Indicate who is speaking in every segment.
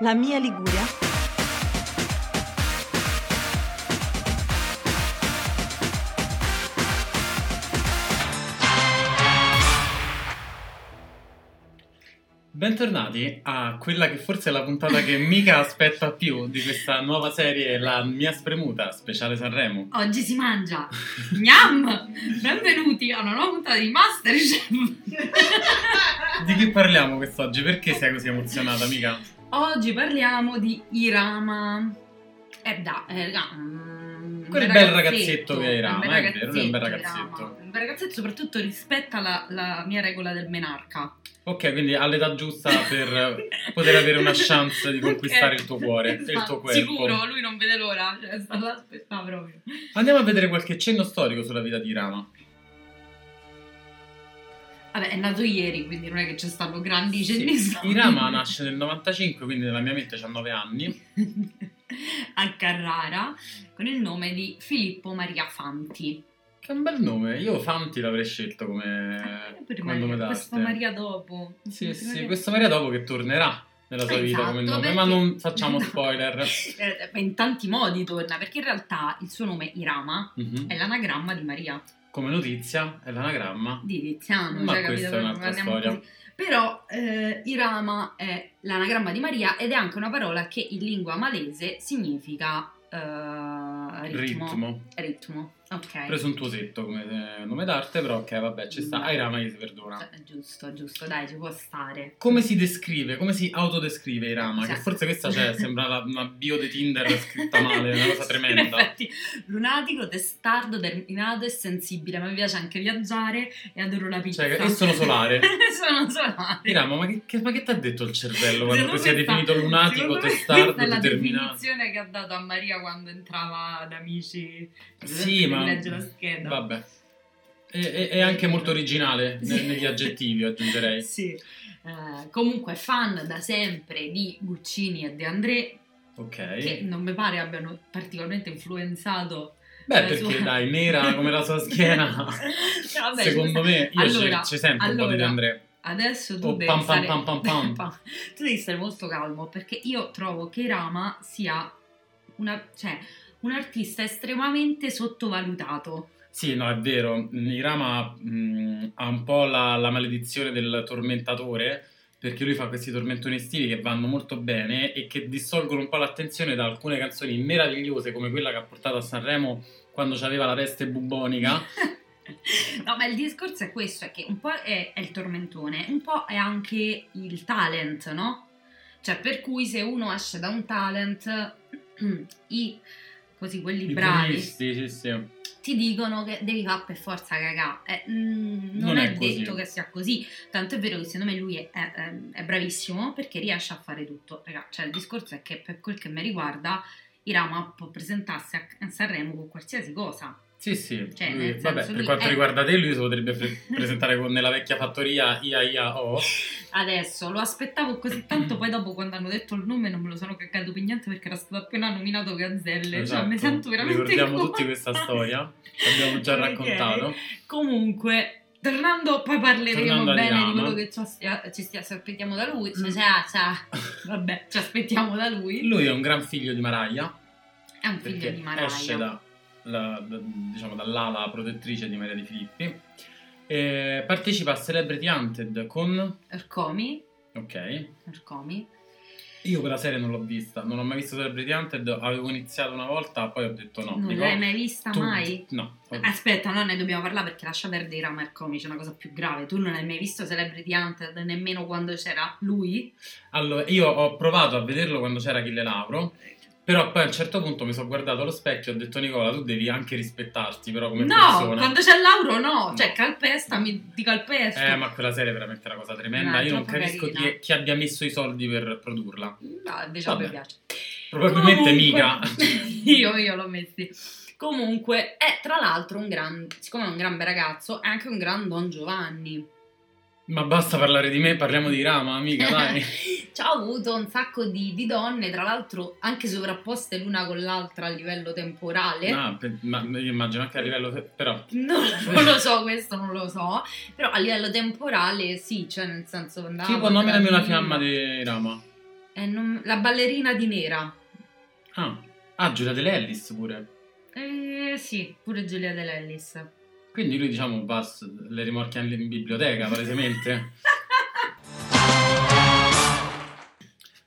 Speaker 1: La mia Liguria.
Speaker 2: Bentornati a quella che forse è la puntata che mica aspetta più di questa nuova serie, la mia spremuta, speciale Sanremo.
Speaker 3: Oggi si mangia. Gnam! Benvenuti a una nuova puntata di Masterchef.
Speaker 2: Di che parliamo quest'oggi? Perché sei così emozionata, amica?
Speaker 3: Oggi parliamo di Irama. Eh da, eh, raga, mm,
Speaker 2: Quel bel ragazzetto che è Irama, è vero, è un bel ragazzetto.
Speaker 3: Irama. Un bel ragazzetto soprattutto rispetta la, la mia regola del menarca.
Speaker 2: Ok, quindi all'età giusta per poter avere una chance di conquistare il tuo cuore e il tuo
Speaker 3: Esatto,
Speaker 2: corpo.
Speaker 3: Sicuro, lui non vede l'ora, cioè sta là, aspettava proprio.
Speaker 2: Andiamo a vedere qualche cenno storico sulla vita di Rama.
Speaker 3: Vabbè, è nato ieri, quindi non è che ci stanno grandi cenni
Speaker 2: Sì.
Speaker 3: storici.
Speaker 2: Irama nasce nel 95, quindi nella mia mente c'ha 9 anni.
Speaker 3: a Carrara con il nome di Filippo Maria Fanti.
Speaker 2: Che un bel nome, io Fanti l'avrei scelto come,
Speaker 3: Eh, per
Speaker 2: come nome
Speaker 3: Maria- questa
Speaker 2: d'arte.
Speaker 3: Maria dopo.
Speaker 2: Sì,
Speaker 3: Questa
Speaker 2: sì,
Speaker 3: Maria-
Speaker 2: questa Maria dopo che tornerà nella sua vita come nome,
Speaker 3: Esatto, perché- Esatto.
Speaker 2: ma non facciamo
Speaker 3: No.
Speaker 2: spoiler.
Speaker 3: Eh, beh, in tanti modi torna, perché in realtà il suo nome Irama
Speaker 2: Mhm.
Speaker 3: è l'anagramma di Maria
Speaker 2: Come notizia è l'anagramma.
Speaker 3: di Tiziano,
Speaker 2: Ma
Speaker 3: cioè,
Speaker 2: questa
Speaker 3: capito?
Speaker 2: è un'altra
Speaker 3: Andiamo
Speaker 2: storia.
Speaker 3: così. Però eh, Irama è l'anagramma di Maria ed è anche una parola che in lingua malese significa eh, ritmo.
Speaker 2: Ritmo.
Speaker 3: Ritmo, ok.
Speaker 2: Presuntuosetto come eh, nome d'arte, però ok, vabbè, ci sta. Ai rama gli si perdona.
Speaker 3: Mm. Eh, Giusto, giusto, dai, ci può stare.
Speaker 2: Come si descrive, come si autodescrive i rama? Che
Speaker 3: Esatto.
Speaker 2: forse questa cioè, sembra la- una bio di Tinder scritta male, una cosa
Speaker 3: Sì,
Speaker 2: tremenda.
Speaker 3: In effetti, lunatico, testardo, terminato e sensibile. Ma mi piace anche viaggiare e adoro la pizza.
Speaker 2: Cioè, e sono solare.
Speaker 3: sono solare.
Speaker 2: I rama, ma che, che- ma che ti ha detto il cervello quando
Speaker 3: Secondo
Speaker 2: si è
Speaker 3: me sta-
Speaker 2: definito lunatico,
Speaker 3: secondo me
Speaker 2: testardo,
Speaker 3: Questa è la
Speaker 2: determinato?
Speaker 3: definizione che ha dato a Maria quando entrava ad Amici.
Speaker 2: Sì,
Speaker 3: Devi
Speaker 2: ma...
Speaker 3: leggere la scheda.
Speaker 2: Vabbè. E- e- È anche molto originale ne-
Speaker 3: Sì.
Speaker 2: negli aggettivi, aggiungerei.
Speaker 3: Sì. Eh, comunque fan da sempre di Guccini e De André
Speaker 2: Ok.
Speaker 3: che non mi pare abbiano particolarmente influenzato
Speaker 2: Beh,
Speaker 3: la
Speaker 2: perché
Speaker 3: sua-
Speaker 2: dai, nera come la sua schiena.
Speaker 3: Vabbè,
Speaker 2: Secondo me, io
Speaker 3: Allora,
Speaker 2: ci, ci sento un po' di
Speaker 3: allora,
Speaker 2: De André.
Speaker 3: Adesso tu
Speaker 2: Oh,
Speaker 3: devi
Speaker 2: pam, pam,
Speaker 3: stare...
Speaker 2: pam, pam, pam.
Speaker 3: tu devi stare molto calmo perché io trovo che Rama sia una- cioè, un artista estremamente sottovalutato.
Speaker 2: Sì, no, è vero. Irama mh, ha un po' la, la maledizione del tormentatore, perché lui fa questi tormentoni estivi che vanno molto bene e che distolgono un po' l'attenzione da alcune canzoni meravigliose come quella che ha portato a Sanremo quando c'aveva la peste bubonica.
Speaker 3: No, ma il discorso è questo, è che un po' è, è il tormentone, un po' è anche il talent, no? Cioè, per cui se uno esce da un talent, i, così, quelli
Speaker 2: I
Speaker 3: bravi,
Speaker 2: primisti, sì, sì.
Speaker 3: ti dicono che devi fare per forza cagà. Eh, mm, non,
Speaker 2: Non
Speaker 3: è,
Speaker 2: è così.
Speaker 3: detto che sia così. Tanto è vero che secondo me lui è, è- è bravissimo perché riesce a fare tutto. Raga, cioè, il discorso è che per quel che mi riguarda, Irama può presentarsi a Sanremo con qualsiasi cosa.
Speaker 2: Sì, sì,
Speaker 3: Cioè,
Speaker 2: lui-
Speaker 3: nel senso,
Speaker 2: vabbè, per
Speaker 3: lui
Speaker 2: quanto
Speaker 3: è-
Speaker 2: riguarda te, lui si potrebbe pre- presentare con nella vecchia fattoria Ia Ia O.
Speaker 3: Adesso lo aspettavo così tanto, poi dopo quando hanno detto il nome non me lo sono cagato per niente perché era stato appena nominato Gazzelle. Cioè, mi
Speaker 2: Esatto.
Speaker 3: sento veramente
Speaker 2: Ricordiamo
Speaker 3: in
Speaker 2: tutti questa
Speaker 3: colpa.
Speaker 2: storia, l'abbiamo già
Speaker 3: Ok.
Speaker 2: raccontato.
Speaker 3: Comunque, tornando, poi parleremo
Speaker 2: Tornando Mm. a
Speaker 3: bene
Speaker 2: Rihanna.
Speaker 3: di quello che ci, astia- ci stia- ci aspettiamo da lui. Cioè, sa- sa- vabbè, ci aspettiamo da lui.
Speaker 2: Lui è un gran figlio di Maraia,
Speaker 3: È un figlio
Speaker 2: perché
Speaker 3: di Maraia.
Speaker 2: esce da- la- da- diciamo, dall'ala protettrice di Maria di Filippi. E partecipa a Celebrity Hunted con...
Speaker 3: Ercomi.
Speaker 2: Ok,
Speaker 3: Ercomi.
Speaker 2: io quella serie non l'ho vista, non ho mai visto Celebrity Hunted, avevo iniziato una volta, poi ho detto no.
Speaker 3: non
Speaker 2: dico,
Speaker 3: l'hai mai vista
Speaker 2: tu-
Speaker 3: mai?
Speaker 2: No, ho-
Speaker 3: Aspetta, no, ne dobbiamo parlare perché lascia perdere i Rama Ercomi, c'è una cosa più grave. Tu non hai mai visto Celebrity Hunted nemmeno quando c'era lui?
Speaker 2: Allora, io ho provato a vederlo quando c'era Achille Lauro, però poi a un certo punto mi sono guardato allo specchio e ho detto Nicola, tu devi anche rispettarti però come
Speaker 3: no,
Speaker 2: persona.
Speaker 3: quando c'è Lauro no,
Speaker 2: No.
Speaker 3: cioè calpesta, mi ti calpesta.
Speaker 2: Eh, ma quella serie è veramente una cosa tremenda,
Speaker 3: No,
Speaker 2: io non
Speaker 3: troppo
Speaker 2: capisco
Speaker 3: carina.
Speaker 2: chi, chi abbia messo i soldi per produrla.
Speaker 3: No, invece
Speaker 2: Vabbè.
Speaker 3: a me piace.
Speaker 2: Probabilmente
Speaker 3: Comunque-
Speaker 2: mica.
Speaker 3: io, io l'ho messi. Comunque, è tra l'altro un gran, siccome è un gran bel ragazzo, è anche un gran Don Giovanni.
Speaker 2: Ma basta parlare di me, parliamo di Rama, amica, dai.
Speaker 3: Ci ha avuto un sacco di, di donne, tra l'altro anche sovrapposte l'una con l'altra a livello temporale.
Speaker 2: No, pe- ma io immagino anche a livello... Però,
Speaker 3: Non, non lo so, questo non lo so. Però a livello temporale sì, cioè nel senso andava...
Speaker 2: tipo, nominami una fiamma di Rama.
Speaker 3: Eh, non- La ballerina di nera.
Speaker 2: Ah, ah Giulia dell'Ellis pure.
Speaker 3: Eh, sì, pure Giulia De Lellis.
Speaker 2: Quindi lui, diciamo, va s- le rimorchia in biblioteca, palesemente.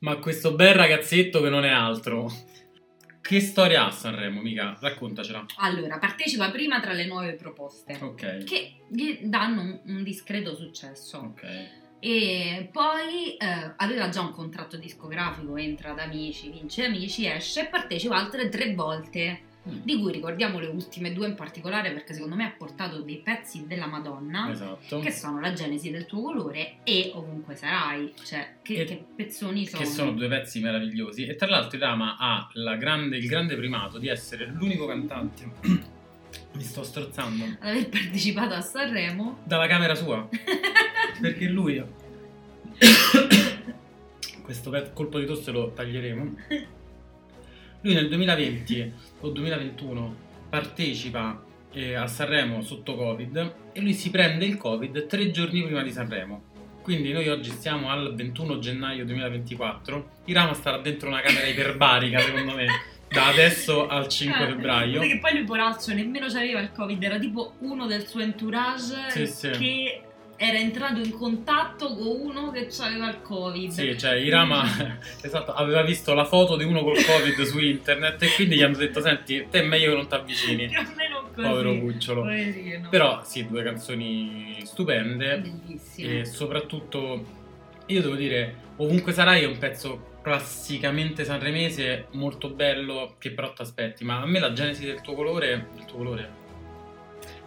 Speaker 2: Ma questo bel ragazzetto che non è altro. Che storia ha Sanremo, mica? Raccontacela.
Speaker 3: allora, partecipa prima tra le nuove proposte
Speaker 2: Ok.
Speaker 3: che gli danno un, un discreto
Speaker 2: Mm.
Speaker 3: successo.
Speaker 2: Ok.
Speaker 3: E poi eh, aveva già un contratto discografico, entra ad Amici, vince Amici, esce e partecipa altre tre volte.
Speaker 2: Mm.
Speaker 3: Di cui ricordiamo le ultime due in particolare perché secondo me ha portato dei pezzi della Madonna
Speaker 2: Esatto.
Speaker 3: che sono la genesi del tuo colore e ovunque sarai. Cioè, che,
Speaker 2: E-
Speaker 3: che pezzoni sono.
Speaker 2: Che sono due pezzi meravigliosi. E tra l'altro Irama ha la grande- il grande primato di essere l'unico cantante. Mi sto strozzando.
Speaker 3: Ad aver partecipato a Sanremo.
Speaker 2: Dalla camera sua. Perché lui. questo pe- colpo di tosse lo taglieremo. Lui nel 2020 o 2021 partecipa eh, a Sanremo sotto Covid e lui si prende il Covid tre giorni prima di Sanremo. Quindi noi oggi siamo al 21 gennaio 2024. Irama starà dentro una camera iperbarica, secondo me. Da adesso al 5
Speaker 3: Eh,
Speaker 2: febbraio.
Speaker 3: Perché poi lui poraccio nemmeno c'aveva il covid, era tipo uno del suo entourage
Speaker 2: Sì, sì.
Speaker 3: che era entrato in contatto con uno che aveva il covid.
Speaker 2: Sì, cioè Irama esatto, aveva visto la foto di uno col Covid su internet e quindi gli hanno detto: Senti, te è meglio che non ti avvicini.
Speaker 3: Più o meno così.
Speaker 2: Povero cucciolo.
Speaker 3: Poverino.
Speaker 2: Però eh, sì, due canzoni stupende
Speaker 3: Bellissimo.
Speaker 2: e soprattutto io devo dire Ovunque sarai è un pezzo classicamente sanremese molto bello che però ti aspetti, ma a me la genesi del tuo colore, del tuo colore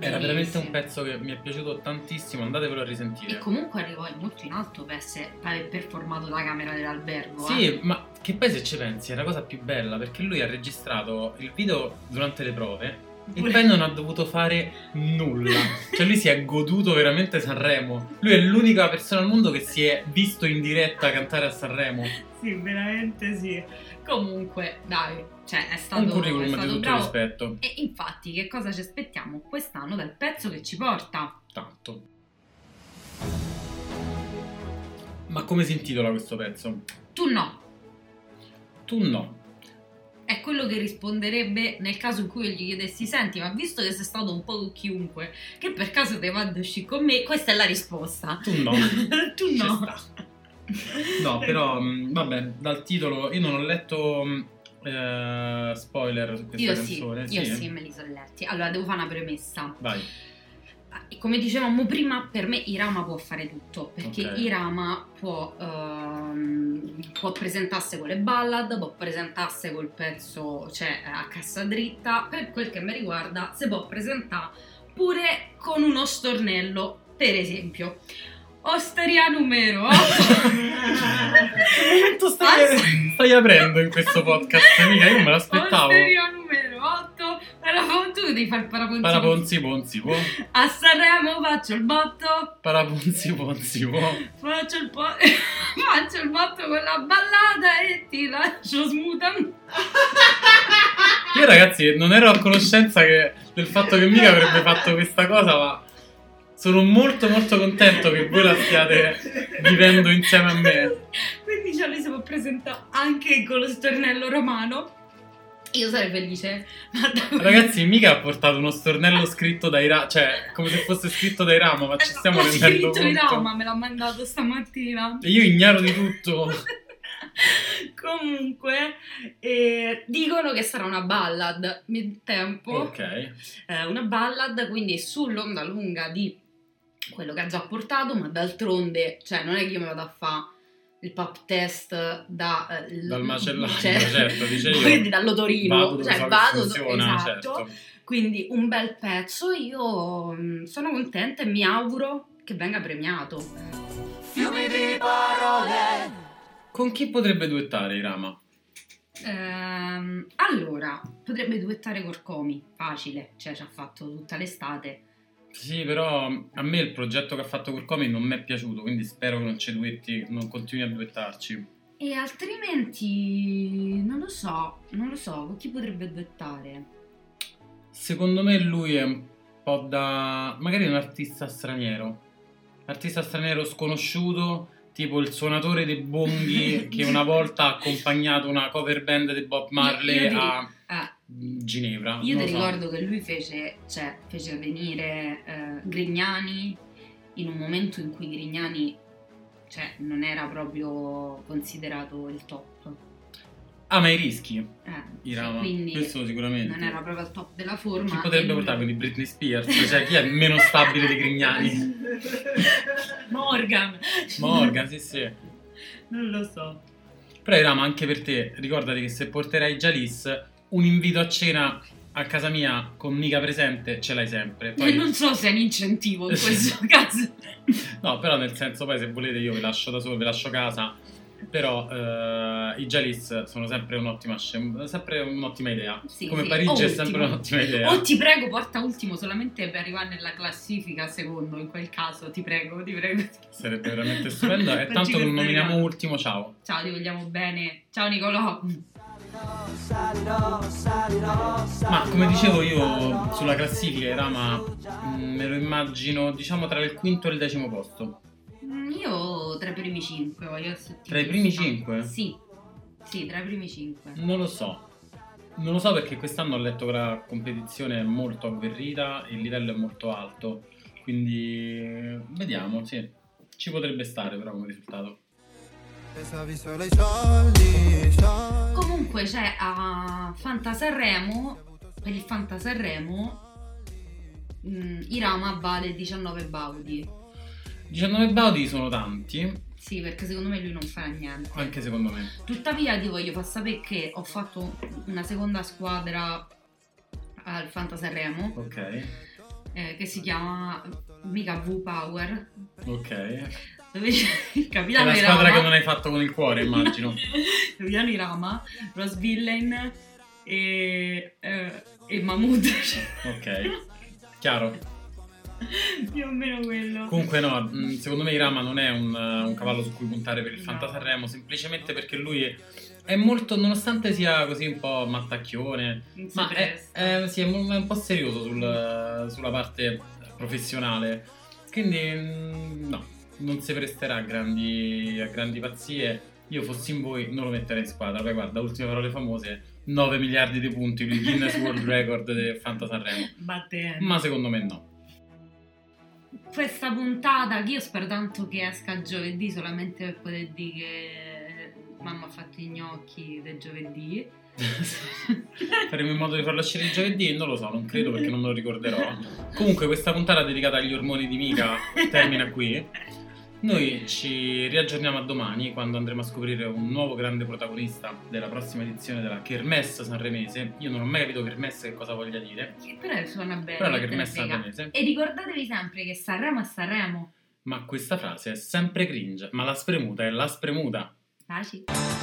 Speaker 2: era veramente un
Speaker 3: Bellissimo.
Speaker 2: pezzo che mi è piaciuto tantissimo, andatevelo a risentire.
Speaker 3: E comunque arrivò molto in alto per essere per aver performato la camera dell'albergo. eh.
Speaker 2: Sì, ma che poi se ci pensi è la cosa più bella perché lui ha registrato il video durante le prove e
Speaker 3: Pure-
Speaker 2: poi non ha dovuto fare nulla. Cioè lui si è goduto veramente Sanremo. Lui è l'unica persona al mondo che si è visto in diretta cantare a Sanremo.
Speaker 3: Sì, veramente sì. Comunque, dai, cioè è stato,
Speaker 2: Un
Speaker 3: è
Speaker 2: curriculum di
Speaker 3: stato
Speaker 2: tutto
Speaker 3: bravo.
Speaker 2: rispetto.
Speaker 3: E infatti, che cosa ci aspettiamo quest'anno dal pezzo che ci porta?
Speaker 2: Tanto. Ma come si intitola questo pezzo?
Speaker 3: Tu no,
Speaker 2: Tu no.
Speaker 3: è quello che risponderebbe nel caso in cui io gli chiedessi: Senti, ma visto che sei stato un po' con chiunque, che per caso te vado a uscire con me? Questa è la risposta.
Speaker 2: Tu no.
Speaker 3: tu
Speaker 2: Ci
Speaker 3: no.
Speaker 2: sta. No, però, mh, vabbè, dal titolo io non ho letto mh, eh, spoiler su questa
Speaker 3: Io sì,
Speaker 2: canzone.
Speaker 3: io sì, me li sono letti. Allora, devo fare una premessa.
Speaker 2: Vai.
Speaker 3: Ah, E Come dicevamo prima, per me Irama può fare tutto, perché
Speaker 2: Ok.
Speaker 3: Irama può, ehm, può presentarsi con le ballad, può presentarsi col pezzo cioè, a cassa dritta, per quel che mi riguarda si può presentare pure con uno stornello, per esempio. Osteria numero 8
Speaker 2: Quanto stai, stai aprendo in questo podcast, mica io non me l'aspettavo.
Speaker 3: Osteria numero 8 Paraponti, tu devi fare il paraponti
Speaker 2: Paraponzi ponzi po,
Speaker 3: A Sanremo faccio il botto
Speaker 2: paraponzi ponzi po.
Speaker 3: Faccio il, po- faccio il botto con la ballata e ti lascio smuta.
Speaker 2: Io ragazzi non ero a conoscenza che- del fatto che mica avrebbe fatto questa cosa, ma sono molto molto contento che voi la stiate vivendo insieme a me.
Speaker 3: Quindi già lei si può presentare anche con lo stornello romano. Io sarei felice. Ma da-
Speaker 2: Ragazzi, mica ha portato uno stornello scritto dai Rama, cioè come se fosse scritto dai Rama, ma ci
Speaker 3: Eh,
Speaker 2: stiamo
Speaker 3: ho
Speaker 2: rendendo
Speaker 3: scritto in
Speaker 2: conto.
Speaker 3: Roma, me l'ha mandato stamattina.
Speaker 2: E io ignaro di tutto.
Speaker 3: Comunque, eh, dicono che sarà una ballad nel tempo.
Speaker 2: Ok,
Speaker 3: eh, una ballad, quindi sull'onda lunga di quello che ha già portato, ma d'altronde, cioè non è che io me vado a fare il pap test da, eh, l-
Speaker 2: dal macellaio,
Speaker 3: cioè,
Speaker 2: certo, dice io.
Speaker 3: quindi dall'otorino,
Speaker 2: vado dove
Speaker 3: cioè,
Speaker 2: so che
Speaker 3: vado-
Speaker 2: funziona,
Speaker 3: esatto.
Speaker 2: certo.
Speaker 3: quindi un bel pezzo, io mh, sono contenta e mi auguro che venga premiato.
Speaker 1: Fiumi di parole.
Speaker 2: Con chi potrebbe duettare i Rama?
Speaker 3: Ehm, allora, potrebbe duettare Corcomi, facile, cioè ci ha fatto tutta l'estate.
Speaker 2: Sì, però a me il progetto che ha fatto Kurkomi non mi è piaciuto, quindi spero che non ci duetti, non continui a duettarci.
Speaker 3: E altrimenti, non lo so, non lo so, chi potrebbe duettare?
Speaker 2: Secondo me lui è un po' da... magari un artista straniero. Artista straniero sconosciuto, tipo il suonatore dei bonghi che una volta ha accompagnato una cover band di Bob
Speaker 3: Io-
Speaker 2: Marley
Speaker 3: io ti-
Speaker 2: a
Speaker 3: Ah,
Speaker 2: Ginevra.
Speaker 3: io
Speaker 2: non
Speaker 3: ti
Speaker 2: lo so.
Speaker 3: ricordo che lui fece, cioè, fece venire eh, Grignani in un momento in cui Grignani cioè, non era proprio considerato il top.
Speaker 2: Ah, ma i rischi,
Speaker 3: Eh,
Speaker 2: i
Speaker 3: cioè,
Speaker 2: Rama.
Speaker 3: quindi
Speaker 2: Questo sicuramente.
Speaker 3: non era proprio al top della forma.
Speaker 2: Chi potrebbe
Speaker 3: e-
Speaker 2: portare quindi Britney Spears? Cioè, chi è meno stabile di Grignani?
Speaker 3: Morgan.
Speaker 2: Morgan, sì, sì.
Speaker 3: Non lo so.
Speaker 2: Però, Irama, anche per te, ricordati che se porterai Jalis, un invito a cena a casa mia con Mica presente ce l'hai sempre. Poi-
Speaker 3: Non so se è un incentivo in questo caso.
Speaker 2: No, però nel senso, poi se volete io vi lascio da solo, vi lascio casa. Però eh, i Jalis sono sempre un'ottima, scem- sempre un'ottima idea.
Speaker 3: Sì,
Speaker 2: Come
Speaker 3: sì,
Speaker 2: Parigi è
Speaker 3: ultimo.
Speaker 2: sempre un'ottima idea.
Speaker 3: O ti prego, porta ultimo solamente per arrivare nella classifica secondo, in quel caso, ti prego, ti prego.
Speaker 2: Sarebbe veramente stupendo. E tanto che lo nominiamo ultimo, ciao.
Speaker 3: Ciao, ti vogliamo bene. Ciao Nicolò.
Speaker 2: Ma come dicevo io sulla classifica, Rama mh, Mm, me lo immagino diciamo tra il quinto e il decimo posto.
Speaker 3: Mm, Io tra i primi 5 voglio essere
Speaker 2: Tra i primi
Speaker 3: ottimista.
Speaker 2: cinque?
Speaker 3: Sì. Sì, tra i primi 5.
Speaker 2: Non lo so. Non lo so perché quest'anno ho letto che la competizione è molto avverrita e il livello è molto alto. Quindi eh, vediamo, sì. Ci potrebbe stare però come risultato.
Speaker 4: Pensavi solo ai soldi, soldi.
Speaker 3: Comunque c'è a Fantasanremo, per il Fantasanremo, mm, Irama vale 19 baudi.
Speaker 2: 19 baudi sono tanti,
Speaker 3: Sì, perché secondo me lui non farà niente.
Speaker 2: anche secondo me.
Speaker 3: Tuttavia ti voglio far sapere che ho fatto una seconda squadra al Fantasanremo
Speaker 2: Ok,
Speaker 3: eh, che si chiama Mica V Power,
Speaker 2: ok. È
Speaker 3: dove c'è il capitano
Speaker 2: la squadra
Speaker 3: Irama.
Speaker 2: che non hai fatto con il cuore, immagino.
Speaker 3: il capitano Irama, Ross Villain e, eh, e Mahmood.
Speaker 2: Ok. Chiaro.
Speaker 3: Più o meno quello.
Speaker 2: Comunque no, mh, secondo me Irama non è un, eh, un cavallo su cui puntare per il
Speaker 3: No.
Speaker 2: Fantasarremo, semplicemente perché lui è, è molto, nonostante sia così un po' mattacchione,
Speaker 3: Non si
Speaker 2: ma è,
Speaker 3: presta.
Speaker 2: è- sì, è mo- è un po' serioso sul- sulla parte professionale, quindi mh, no, non si presterà a grandi, a grandi pazzie. Io fossi in voi non lo metterei in squadra, poi guarda, ultime parole famose, 9 miliardi di punti, il Guinness World Record del Fantasarremo,
Speaker 3: Batte.
Speaker 2: ma secondo me no.
Speaker 3: Questa puntata che io spero tanto che esca giovedì solamente per poter dire che mamma ha fatto i gnocchi del giovedì.
Speaker 2: Faremo in modo di farlo uscire il giovedì? Non lo so, non credo perché non me lo ricorderò. Comunque, questa puntata dedicata agli ormoni di Mika termina qui. Noi ci riaggiorniamo a domani quando andremo a scoprire un nuovo grande protagonista della prossima edizione della Kermesse Sanremese. Io non ho mai capito Kermesse che cosa voglia dire,
Speaker 3: Che Però suona bene.
Speaker 2: però è la
Speaker 3: te Eh, ne
Speaker 2: Kermesse
Speaker 3: frega.
Speaker 2: Sanremese.
Speaker 3: E ricordatevi sempre che Sanremo è Sanremo.
Speaker 2: Ma questa frase è sempre cringe, ma la spremuta è la spremuta.
Speaker 3: Taci.